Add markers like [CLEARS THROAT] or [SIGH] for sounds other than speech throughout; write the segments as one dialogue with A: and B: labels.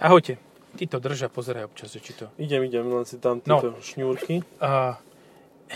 A: Ahojte. Ty to drža, pozeraj občas, že či to...
B: Idem, idem, len si tam
A: No.
B: tieto šňúrky.
A: A Eh,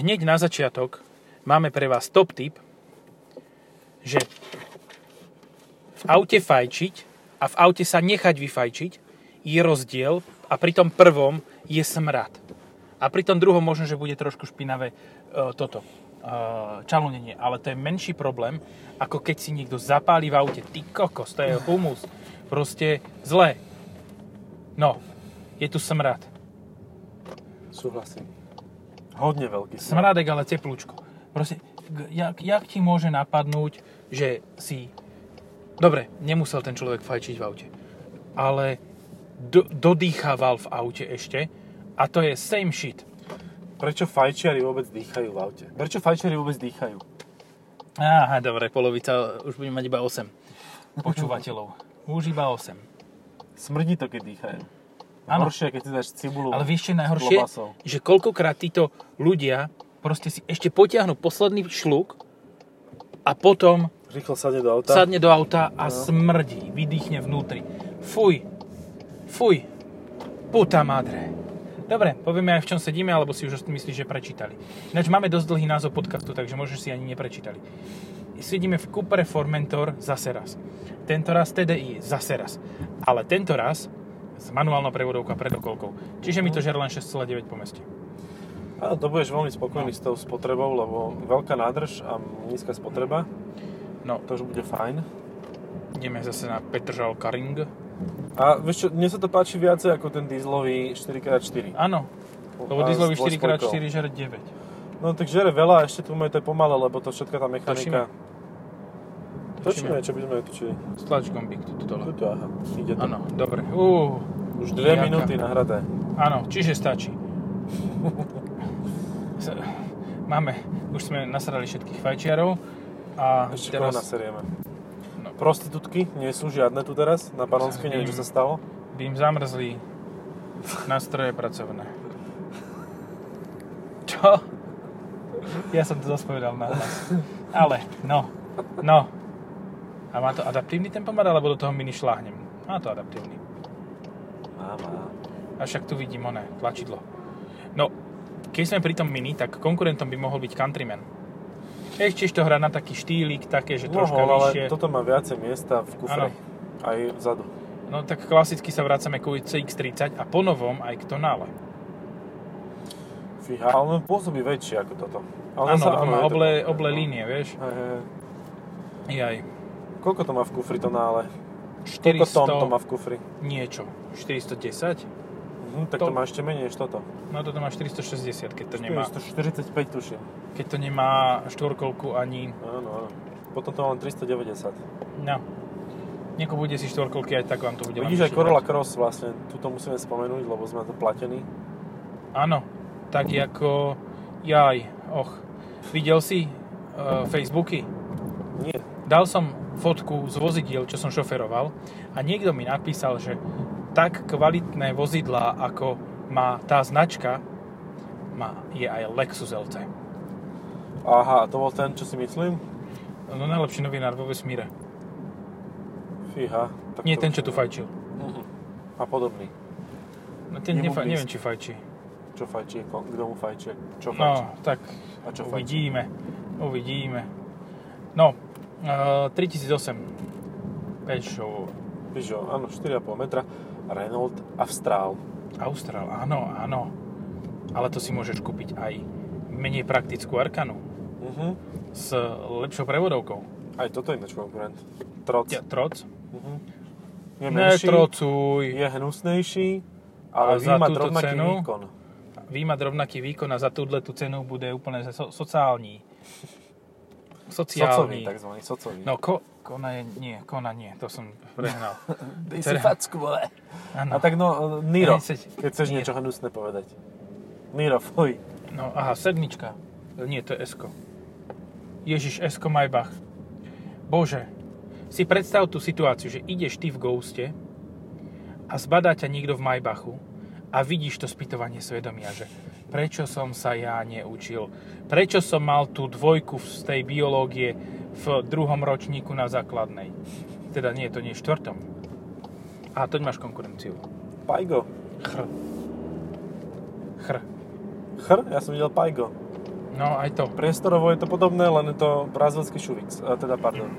A: hneď na začiatok máme pre vás top tip, že v aute fajčiť a v aute sa nechať vyfajčiť je rozdiel a pri tom prvom je smrad. A pri tom druhom možno, že bude trošku špinavé e, toto e, čalunenie, ale to je menší problém, ako keď si niekto zapáli v aute. Ty kokos, to je humus. Proste zlé. No, je tu smrad.
B: Súhlasím. Hodne veľký.
A: Smrádek, ale teplúčko. Proste, g- jak, jak ti môže napadnúť, že si... Dobre, nemusel ten človek fajčiť v aute. Ale do, dodýchaval v aute ešte a to je same shit.
B: Prečo fajčiari vôbec dýchajú v aute? Prečo fajčiari vôbec dýchajú?
A: Aha, dobre, polovica, už budem mať iba 8 počúvateľov. [LAUGHS] Už iba 8.
B: Smrdí to, keď dýchajú.
A: Áno.
B: Horšie, keď si dáš cibulu.
A: Ale vieš, čo je
B: s
A: najhoršie?
B: klobasou.
A: Že koľkokrát títo ľudia proste si ešte potiahnu posledný šluk a potom
B: Rýchlo sadne do auta.
A: sadne do auta a smrdí, vydýchne vnútri. Fuj, fuj, puta madre. Dobre, povieme aj v čom sedíme, alebo si už myslíš, že prečítali. Ináč máme dosť dlhý názov podcastu, takže možno si ani neprečítali. Sedíme v Cupre Formentor zase raz. Tento raz TDI, zase raz. Ale tento raz s manuálnou prevodovkou a predokolkou. Čiže mi to žere len 6,9 po meste.
B: Áno, to budeš veľmi spokojný s tou spotrebou, lebo veľká nádrž a nízka spotreba.
A: No,
B: To už bude fajn.
A: ideme zase na Petržal Karing.
B: A vieš čo, mne sa to páči viacej ako ten dieselový 4x4.
A: Áno, lebo
B: A s
A: dieselový
B: dvojspojkou.
A: 4x4 žere 9.
B: No tak žere veľa, a ešte tu moje to je pomale, lebo to všetka tá mechanika.
A: Točíme.
B: Točíme, čo by sme točili.
A: Stlač gombík tu dole.
B: Tuto, aha, ide to.
A: Áno, dobre. Ú,
B: Už dve
A: Jaká.
B: minúty na hrade.
A: áno, čiže stačí. [LAUGHS] S- Máme, už sme nasrali všetkých fajčiarov a
B: Ešte koho
A: teraz
B: naserieme.
A: No.
B: Prostitútky nie sú žiadne tu teraz, na Panonskej, neviem, čo sa stalo.
A: by im zamrzli nástroje pracovné. Čo? Ja som to zaspovedal na hlas. Ale, no, no. A má to adaptívny tempomat, alebo do toho mini šláhnem? Má to adaptívny.
B: Á, má.
A: A však tu vidím oné, tlačidlo. No, keď sme pri tom mini, tak konkurentom by mohol byť Countryman. Ešte to hrá na taký štýlik, také, že troška
B: Mohol, No, ale
A: vyššie.
B: toto má viacej miesta v
A: Áno.
B: kufre. Aj vzadu.
A: No tak klasicky sa vracame ku CX-30 a ponovom aj k Tonale.
B: Fíha, ale on pôsobí väčší ako toto.
A: Áno,
B: Ale zase
A: lebo má
B: je to
A: oble,
B: dobré,
A: oble
B: no.
A: línie, vieš.
B: Hej, hej.
A: Jaj.
B: Koľko to má v kufri to nále? Koľko tón to
A: 400
B: má v kufri?
A: niečo. 410?
B: Mhm, tak to
A: Tón.
B: má ešte menej než toto.
A: No toto má 460, keď to nemá.
B: 445 tuším.
A: Keď to nemá štvorkolku ani...
B: Áno, áno. Potom to má len 390.
A: No. Nieko bude si štvorkolky, aj tak vám to bude
B: Vidíš aj
A: len vyššie
B: Corolla Cross vlastne, tuto musíme spomenúť, lebo sme to platení.
A: Áno, tak ako... Jaj, och. Videl si uh, Facebooky?
B: Nie,
A: Dal som fotku z vozidiel, čo som šoferoval a niekto mi napísal, že tak kvalitné vozidlá, ako má tá značka, má, je aj Lexus LT.
B: Aha, to bol ten, čo si myslím?
A: No najlepší novinár vo vesmíre.
B: Fíha. Tak
A: Nie
B: to
A: ten,
B: už
A: čo tu
B: neviem.
A: fajčil.
B: Mhm. A podobný.
A: No ten
B: Jemu
A: nefa-
B: blízko.
A: neviem, či fajčí.
B: Čo fajčí, ko- kto mu fajčí, čo fajčí.
A: No, tak
B: A čo fajčí?
A: uvidíme. Uvidíme. No, uh, 3008 Peugeot
B: Peugeot, áno, 4,5 metra. Renault Austral.
A: Austral, áno, áno. Ale to si môžeš kúpiť aj menej praktickú Arkanu
B: Mhm.
A: s lepšou prevodovkou.
B: Aj toto je ináč konkurent. Troc.
A: Ja, troc?
B: Mhm. Je menší,
A: Netrocuj.
B: je hnusnejší, ale
A: A
B: vy
A: za
B: má
A: túto
B: rovnaký
A: cenu?
B: výkon.
A: Výmať rovnaký výkon a za túhle tú cenu bude úplne so, sociálny.
B: Socový,
A: Sociálny.
B: takzvaný, socový.
A: No, ko, kona je, nie, kona nie, to som prehnal.
B: Dej
A: teda-
B: facku, vole. A
A: Áno,
B: tak no, Niro,
A: Nechceš-
B: keď chceš
A: Niro.
B: niečo hnusné povedať. Niro, fuj.
A: no, aha, sedmička. Nie, to je Esko. Ježiš, Esko Maybach. Bože, si predstav tú situáciu, že ideš ty v Ghoste a zbadá ťa niekto v Maybachu a vidíš to spytovanie svedomia, že prečo som sa ja neučil, prečo som mal tú dvojku z tej biológie v druhom ročníku na základnej. Teda nie, to nie v štvrtom. A toť máš konkurenciu.
B: Pajgo.
A: Chr. Chr.
B: Chr? Ja som videl Pajgo.
A: No aj to.
B: Priestorovo je to podobné, len je to brazilský šuvix. A teda, pardon.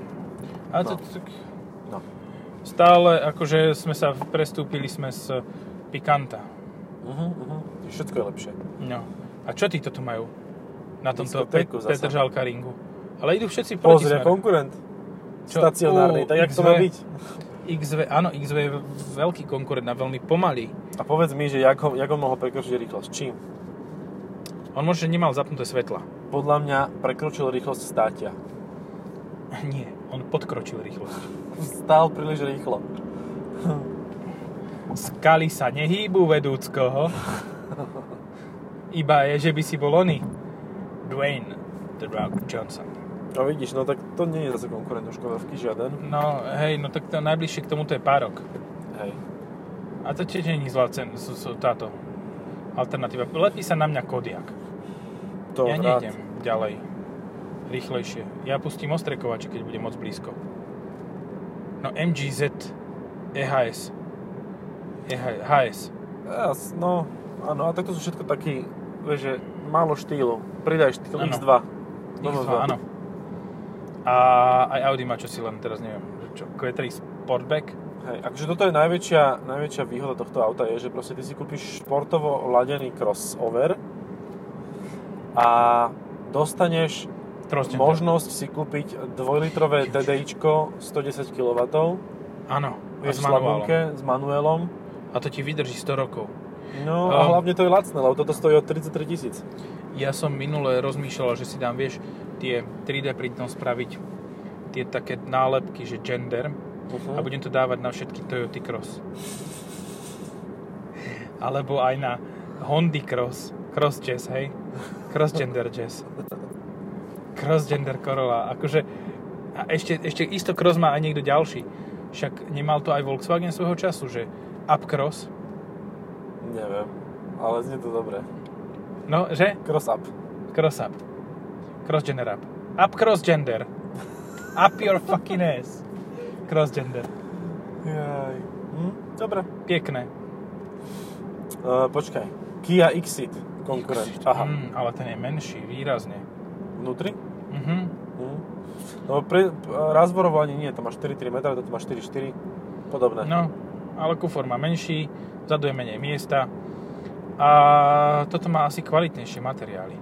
A: Ale to,
B: No.
A: to, to,
B: No.
A: stále akože sme sa prestúpili sme z pikanta.
B: Uh-huh, uh-huh. Všetko je lepšie.
A: No. A čo títo tu majú? Na tomto Pet-
B: Diskotéku zasa.
A: Petržalka ringu. Ale idú všetci proti
B: Pozri,
A: smeru.
B: konkurent.
A: Čo? Ú,
B: Stacionárny, tak jak to má
A: XV.
B: byť.
A: XV, áno, XV je veľký konkurent a veľmi pomalý.
B: A povedz mi, že jak ho, jak ho mohol prekročiť rýchlosť. Čím?
A: On možno nemal zapnuté svetla. [LAUGHS]
B: Podľa mňa prekročil rýchlosť státia.
A: Nie, on podkročil rýchlosť.
B: Stál príliš rýchlo.
A: Skaly sa nehýbu vedúckoho. Iba je, že by si bol oný. Dwayne The Rock Johnson.
B: No vidíš, no tak to nie je zase konkurent do Škodovky, žiaden.
A: No, hej, no tak to najbližšie k tomuto je párok.
B: Hej.
A: A to tiež není zlá cen, sú, sú táto alternatíva. Lepí sa na mňa Kodiak.
B: To
A: ja
B: rád.
A: nejdem ďalej. Rýchlejšie. Ja pustím ostré kovače, keď bude moc blízko. No MGZ E EHS. E EHS.
B: Jas, no, áno, a tak to sú všetko taký, vieš, že málo štýlu. Pridaj štýl
A: Áno.
B: X2. No, no,
A: X2,
B: no.
A: áno. A aj Audi má čo si len teraz neviem. že Čo, Q3 Sportback?
B: Hej, akože toto je najväčšia, najväčšia výhoda tohto auta je, že proste ty si kúpiš športovo ladený crossover a dostaneš
A: Trosne.
B: možnosť si kúpiť dvojlitrové DDIčko 110 kW
A: Áno. A s
B: vieš,
A: manuálom.
B: v slabinke s manuelom.
A: A to ti vydrží 100 rokov.
B: No
A: Um.
B: a hlavne to je lacné, lebo toto stojí od 33 tisíc.
A: Ja som minule rozmýšľal, že si dám, vieš, tie 3D printom spraviť tie také nálepky, že gender, a
B: Mhm.
A: budem to dávať na všetky Toyota Cross. Alebo aj na Hondy Cross. Cross Jazz, hej? Cross Gender Jazz. Cross Gender Corolla. Akože, a ešte, ešte isto Cross má aj niekto ďalší. Však nemal to aj Volkswagen svojho času, že Upcross.
B: Neviem, ale znie to dobre.
A: No, že?
B: Cross up.
A: Cross Up. Cross Gender Up. Up Cross Gender. Up your fucking ass. Cross Gender.
B: Jaj. Hm? Dobre.
A: Pekné.
B: Uh, počkaj. Kia Xit konkurent. Aha.
A: Mm, ale ten je menší, výrazne.
B: Vnútri?
A: Mhm.
B: Hm. No pre, p- razborovo ani nie, to má 4,3 metra, toto má 4,4. Podobné.
A: No, ale kufor má menší, vzadu je menej miesta a toto má asi kvalitnejšie materiály.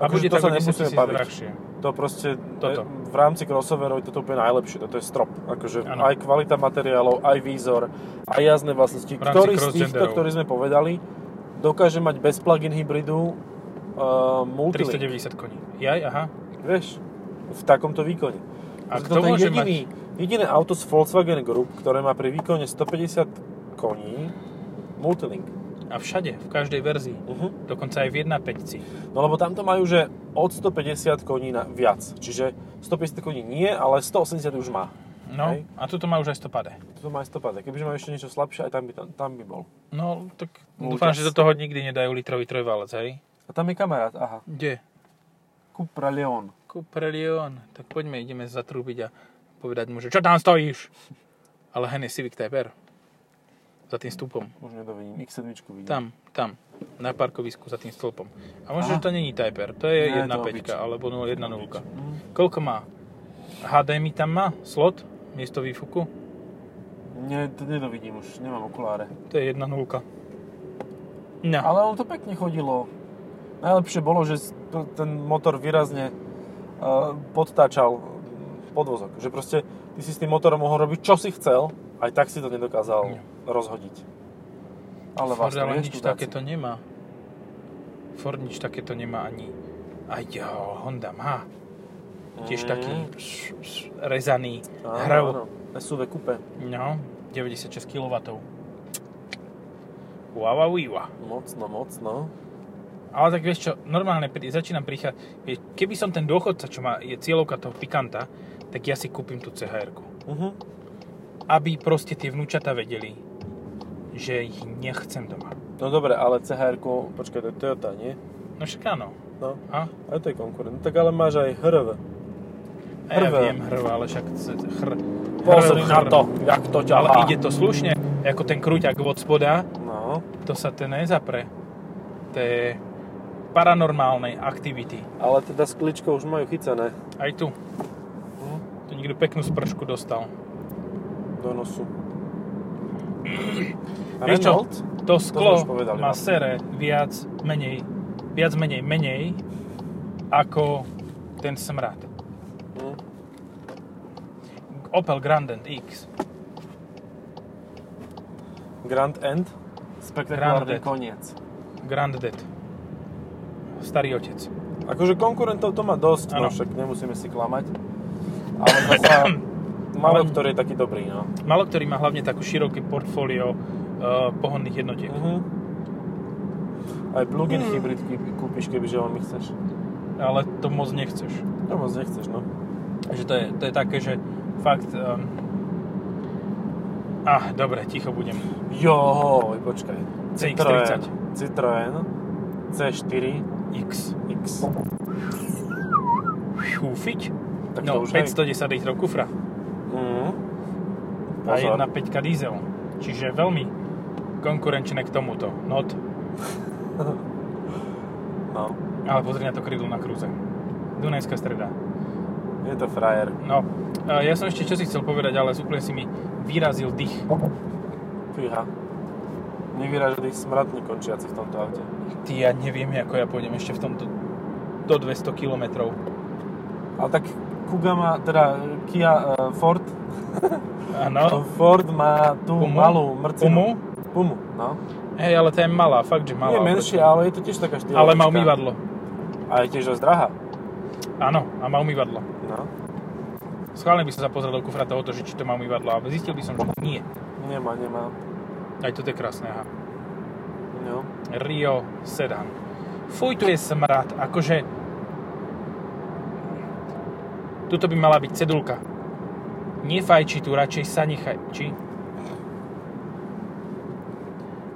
A: A
B: Akože
A: bude
B: to
A: tak
B: sa
A: o 10
B: nemusíme
A: tisíc
B: baviť.
A: drahšie.
B: To proste
A: Toto.
B: e, v rámci crossoverov je toto úplne najlepšie, toto je strop. Akože
A: Áno.
B: aj kvalita materiálov, aj výzor, aj jazdné vlastnosti.
A: V rámci
B: Ktorý z týchto,
A: crossgenderov.
B: ktorý sme povedali, dokáže mať bez plug-in hybridu uh, multilink.
A: 390 koní. Jaj, aha.
B: Vieš, v takomto výkone.
A: A
B: Že
A: kto
B: toto je
A: môže
B: jediný, jediné auto z Volkswagen Group, ktoré má pri výkone 150 koní multilink.
A: A všade, v každej verzii.
B: Uh-huh.
A: Dokonca aj v 1.5.
B: No lebo tamto majú, že od 150 koní na viac. Čiže 150 koní nie, ale 180 už má.
A: No,
B: Hej.
A: a toto má už aj stopade.
B: To má aj 150. Kebyže má ešte niečo slabšie, aj tam by, tam, tam by bol.
A: No, tak
B: Multias.
A: dúfam, že do toho nikdy nedajú litrový trojvalec, hej?
B: A tam je kamarát, aha.
A: Kde?
B: Cupra Leon.
A: Cupra Leon. Tak poďme, ideme zatrúbiť a povedať mu, že čo tam stojíš? Ale hen je Civic Type R. Za tým stupom.
B: Už nedovidím, X7 vidím.
A: Tam, tam, na parkovisku za tým stĺpom. A
B: Aha.
A: možno, že to není Type R, to je
B: Ne, to
A: 1.5
B: obyčaj.
A: alebo 1.0.
B: Mm.
A: Koľko má? HDMI tam má? Slot? Miesto výfuku?
B: Nie, to nedovidím už, nemám okuláre.
A: To je 1.0. No,
B: Ale on to pekne chodilo. Najlepšie bolo, že s- to- ten motor výrazne uh, podtáčal podvozok. Že proste ty si s tým motorom mohol robiť, čo si chcel, aj tak si to nedokázal
A: Nie.
B: rozhodiť. Ale vlastne
A: Ford
B: vás to
A: ale
B: je
A: nič takéto nemá. Ford nič takéto nemá ani. Aj jo, Honda má. Tiež
B: Mm.
A: taký pš, pš, rezaný hrav.
B: SUV coupe.
A: No, 96 kW. Wow, wow, wow.
B: Mocno, mocno.
A: Ale tak vieš čo, normálne pri, začínam prichádzať, keby som ten dôchodca, čo má, je cieľovka toho pikanta, tak ja si kúpim tú chr
B: Uh-huh.
A: Aby proste tie vnúčata vedeli, že ich nechcem doma.
B: No dobre, ale chr počkaj, to je Toyota, nie?
A: No však áno.
B: No,
A: A?
B: aj to je konkurent. No Tak ale máš aj HRV.
A: A ja
B: Hrvé.
A: viem, hrva, ale však chce- chr.
B: Pozri
A: hrv,
B: na
A: chr.
B: to, jak to ťa
A: Ale
B: há.
A: ide to slušne. ako ten kruťak od spoda,
B: No.
A: to sa ten nezapre. To je paranormálnej aktivity.
B: Ale teda s kličkou už majú chycené
A: Aj tu. Tu niekto peknú spršku dostal. [CLEARS THROAT]
B: do nosu.
A: Vieš čo?
B: Renault?
A: To sklo
B: už povedali,
A: má
B: no.
A: sere viac menej, viac menej menej ako ten smrad.
B: Hm.
A: Opel Grandend X.
B: Grand End. Spektakulárny
A: Grand End.
B: koniec.
A: Grand Dead. Starý otec.
B: Akože konkurentov to má dosť,
A: Áno.
B: no však nemusíme si klamať. Ale zasa
A: [CLEARS THROAT]
B: málo
A: Ale-
B: ktorý je taký dobrý, no.
A: Malo ktorý má hlavne takú široké portfólio e, pohonných jednotiek.
B: Mhm. Aj plug-in
A: Mm.
B: hybrid ký- kúpiš, kebyže veľmi chceš.
A: Ale to moc nechceš.
B: No moc nechceš, no.
A: Že to je, to je také, že fakt... Um... Ah, dobre, ticho budem.
B: Johoj, počkaj.
A: CX-30.
B: Citroen, Citroen C4
A: X.
B: X.
A: Šúfiť?
B: Tak to
A: No,
B: už hej.
A: 510 litrov kufra.
B: Mhm.
A: a
B: Pozor.
A: 1.5 diesel. Čiže veľmi konkurenčné k tomuto. Not,
B: No,
A: ale pozri na to krydlo na krúze. Dunajská streda.
B: je to frajer.
A: No, e, ja som ešte čo si chcel povedať, ale úplne si mi vyrazil dých.
B: Fíha. Nevyražený smrad nekončiaci v tomto aute.
A: Ty, ja neviem, ako ja pôjdem ešte v tomto do 200 km.
B: Ale tak Kuga má, teda Kia eh, Ford, No,
A: Áno.
B: Ford má tú
A: No. Pumu?
B: malú mrcinu.
A: Pumu?
B: Pumu? no.
A: Hej, ale tá je malá, fakt, že malá.
B: je menšia, ale je to tiež taká štýlovačka.
A: Ale má umývadlo.
B: A je tiež dosť drahá.
A: Áno, a má umývadlo.
B: No,
A: Schválne by som sa pozrel do kufra tohoto, že či to má umývadlo, ale zistil by som, že nie.
B: nemá, nemá.
A: Aj toto je krásne, aha.
B: No.
A: Rio Sedan. Fuj, tu je smrad, akože... Tuto by mala byť cedulka. Nefajči tu, radšej sa nechajči.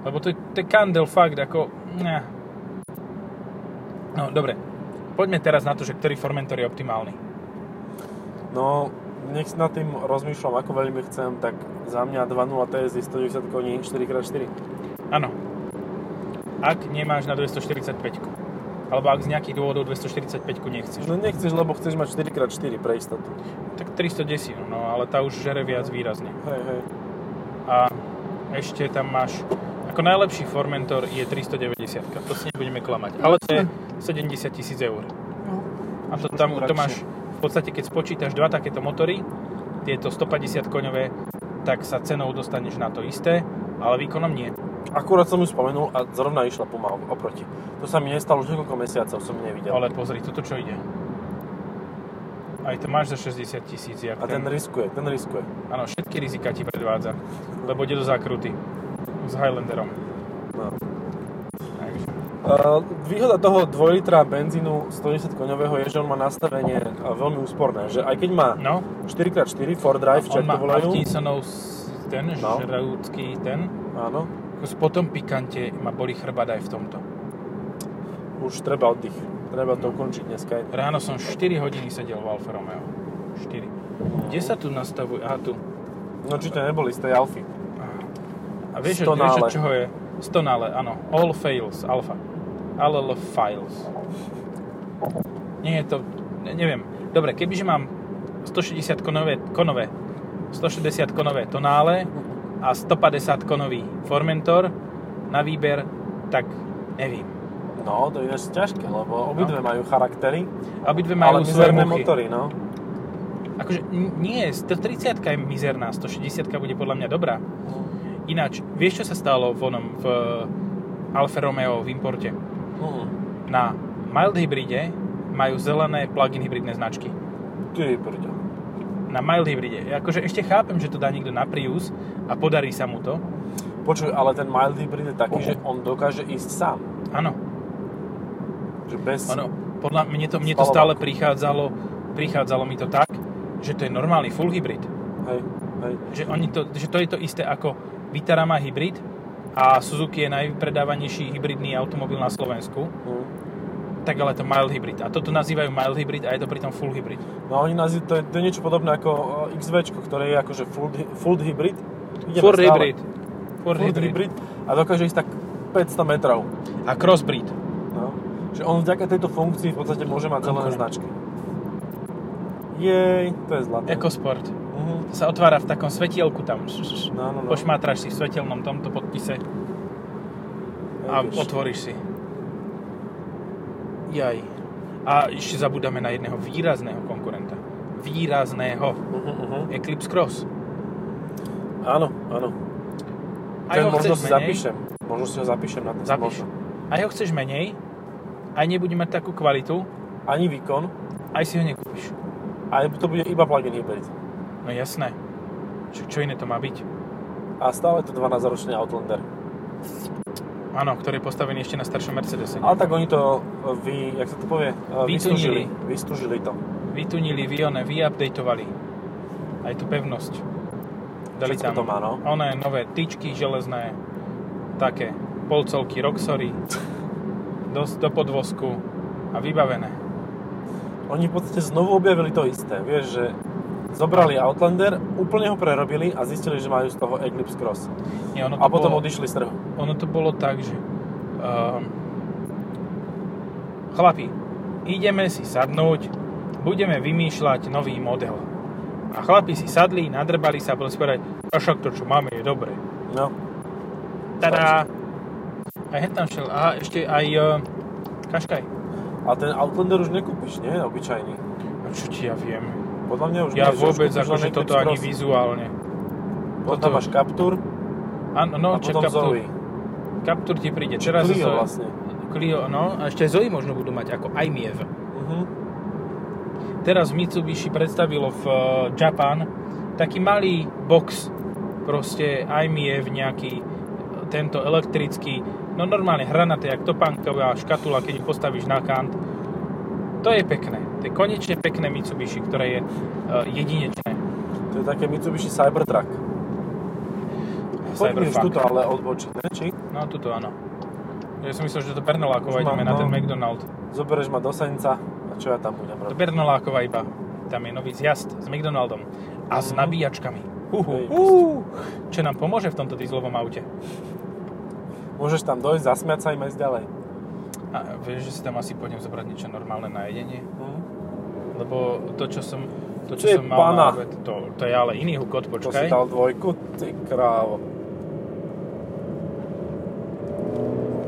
A: Lebo to je, to je kandel fakt, ako... Ne. No, dobre. Poďme teraz na to, že ktorý Formentor je optimálny.
B: no, nech nad tým rozmýšľam, ako veľmi chcem, tak za mňa 2.0 TSI 190 koní 4x4.
A: Áno. Ak nemáš na 245 alebo ak z nejakých dôvodov 245 nechceš.
B: No nechceš, lebo chceš mať 4x4 pre istotu.
A: Tak 310, no ale tá už žere viac výrazne.
B: Hej, hej.
A: a ešte tam máš ako najlepší Formentor je 390 to si nebudeme klamať, ale to je 70 tisíc eur a to tam to máš v podstate keď spočítaš dva takéto motory tieto 150 koňové tak sa cenou dostaneš na to isté ale výkonom nie
B: Akurát som ju spomenul a zrovna išla Puma oproti. To sa mi nestalo už niekoľko mesiacov, som ju nevidel.
A: ale pozri toto čo ide aj to máš za 60 tisíc jak
B: A ten riskuje, ten riskuje.
A: áno všetky rizika ti predvádza lebo ide do zákruty s Highlanderom
B: No.
A: Takže.
B: Uh, výhoda toho 2 litra benzínu 110 koňového je, že on má nastavenie uh, veľmi úsporné, že aj keď má
A: no
B: 4x4 4 drive,
A: On
B: čo
A: má
B: to volajú,
A: Atkinsonov s- ten, no.
B: No.
A: žrúcky ten.
B: áno,
A: Kus Potom pikante ma boli chrbát aj v tomto.
B: už treba oddych. Treba to ukončiť dneska.
A: Ráno som 4 hodiny sedel v Alfa Romeo. 4. Kde sa tu nastavuje? Aha, tu.
B: No či to neboli z tej Alfy.
A: A vieš, od-
B: Stonále.
A: vieš od čoho je? Stonále, áno. All fails, alfa. All files. Nie je to... ne- Neviem. Dobre, kebyže mám 160 konové, konové 160 konové tonále a 150 konový formentor na výber, tak neviem.
B: No, to je ináč ťažké, lebo obidve majú charaktery,
A: Obidve
B: ale
A: majú svoje
B: mizerné
A: muchy.
B: motory, no.
A: Akože n- nie, 130 je mizerná, 160 bude podľa mňa dobrá. Ináč, vieš, čo sa stalo v onom v eh, Alfa Romeo v importe?
B: Mm.
A: Na mild hybride majú zelené plug-in hybridné značky.
B: Ty prďo.
A: Na mild hybride. Akože ešte chápem, že to dá niekto na Prius a podarí sa mu to.
B: Počuj, ale ten mild hybrid je taký, že on dokáže ísť sám.
A: Áno,
B: Že bez...
A: ono, podľa mne to, mne to stále prichádzalo, prichádzalo mi to tak, že to je normálny full hybrid.
B: Hej, hej.
A: Že, oni to, že to je to isté ako Vitara má hybrid a Suzuki je najpredávanejší hybridný automobil na Slovensku,
B: Mm.
A: tak ale to mild hybrid. A toto nazývajú mild hybrid a je to pritom full hybrid.
B: No oni nazývajú, to, je, eh, to je niečo podobné ako XV, ktoré je akože full, hy- full hybrid. Ideme
A: Full
B: stále.
A: hybrid. Furt
B: furt
A: hybrid.
B: hybrid a dokáže ísť tak 500 metrov.
A: A crossbreed.
B: No. Že on vďaka tejto funkcii v podstate môže mať zelené
A: Konkurent.
B: značky. Jej, to je zlaté.
A: Ekosport.
B: Mhm.
A: To sa otvára v takom svetielku tam.
B: No, no, no.
A: Pošmátraš si v svetelnom tomto podpise a
B: Vidíš.
A: otvoríš si. Jaj. A ešte zabudáme na jedného výrazného konkurenta. Výrazného.
B: Mhm, mhm.
A: Eclipse Cross.
B: Áno, áno.
A: Aj
B: Ten
A: ho
B: možno
A: chceš
B: si
A: menej,
B: zapíšem. Možno si ho zapíšem na ten
A: Zapíš.
B: možno.
A: Aj ho chceš menej, aj nebude mať takú kvalitu,
B: Ani výkon,
A: aj si ho nekúpiš.
B: aj to bude iba plug-in hybrid.
A: No jasné. Čo, čo iné to má byť?
B: A stále je to 12-ročný Outlander.
A: Áno, ktorý je postavený ešte na staršom Mercedese.
B: Ale tak oni to e, vy, jak sa to povie? Eh,
A: Vytunili.
B: Vystužili to.
A: Vytunili, vyone, vyupdateovali. Aj tú pevnosť. Dali
B: Všetko
A: tam
B: to má, no.
A: oné nové tyčky železné, také polcolky
B: [LAUGHS]
A: Roxory, do, do podvozku a vybavené.
B: Oni v podstate znovu objavili to isté. Vieš, že zobrali Outlander, úplne ho prerobili a zistili, že majú z toho Eclipse Cross.
A: Nie, ono to
B: A potom
A: bolo,
B: odišli z trhu.
A: ono to bolo tak, že um, chlapi, ideme si sadnúť, budeme vymýšľať nový model. A chlapi si sadli, nadrbali sa, boli si povedať, a však to, čo máme, je dobré.
B: No.
A: Tada! Aj hneď tam šiel. Aha, ešte aj uh, Kaškaj.
B: A ten Outlander už nekúpiš, nie? Obyčajný.
A: No čo ti ja viem?
B: Podľa mňa už
A: Ja
B: nie, že už
A: vôbec
B: kúpiš len
A: akože
B: Eclipse
A: toto ani
B: Cross.
A: vizuálne.
B: Potom
A: toto-
B: máš Captur
A: Áno,
B: a
A: no, čo
B: potom Zoe.
A: Captur, Captur ti príde. Teraz
B: Clio
A: Zoe-
B: vlastne.
A: Clio, no, a ešte aj Zoe možno budú mať ako aj Miev.
B: Mhm.
A: Teraz Mitsubishi predstavilo v eh, Japan taký malý box, proste aj Miev nejaký, eh, tento elektrický, no normálne hranaté, jak topánková škatula, keď ju postavíš na kant. To je pekné. To je konečne pekné Mitsubishi, ktoré je eh, jedinečné.
B: To je také Mitsubishi Cybertruck. Poďme už
A: Cyberpunk.
B: tuto, ale odbočiť, ne? Či?
A: No, tuto áno. Ja som myslel, že do Bernolákova
B: Už mám,
A: ideme na
B: no.
A: ten McDonald.
B: Zoberieš ma do Senca a čo ja tam budem
A: Do
B: robiť?
A: Bernolákova iba. Tam je nový zjazd s McDonaldom a s
B: Mhm.
A: nabíjačkami. Uhu,
B: Hej,
A: uhu. Čo nám pomôže v tomto dieselovom aute?
B: Môžeš tam dojsť, zasmiať sa im aj ďalej.
A: A vieš, že si tam asi pôjdem zobrať niečo normálne na jedenie?
B: Mhm.
A: Lebo to, čo som, to,
B: To
A: čo
B: je
A: som mal
B: pana.
A: na obed, to, to je ale iný hukot,
B: To si
A: počkaj.
B: dal dvojku, ty krávo.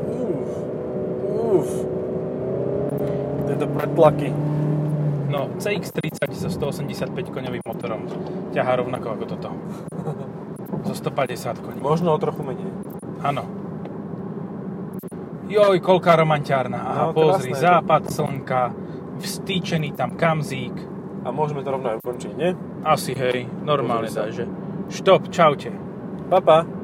B: Uf, uf. Tieto pretlaky.
A: No, CX-30 so 185 koňovým motorom ťahá rovnako ako
B: [LAUGHS]
A: toto. so 150 koní.
B: Možno o trochu menej.
A: Áno. Joj, koľká romantiárna. Aha,
B: No,
A: pozri,
B: krásne je to.
A: západ slnka, vstýčený tam kamzík.
B: A môžeme to rovno aj ukončiť, nie?
A: Asi, hej, normálne
B: Pozri sa.
A: daj, že. Štop, čaute.
B: Pa, pa.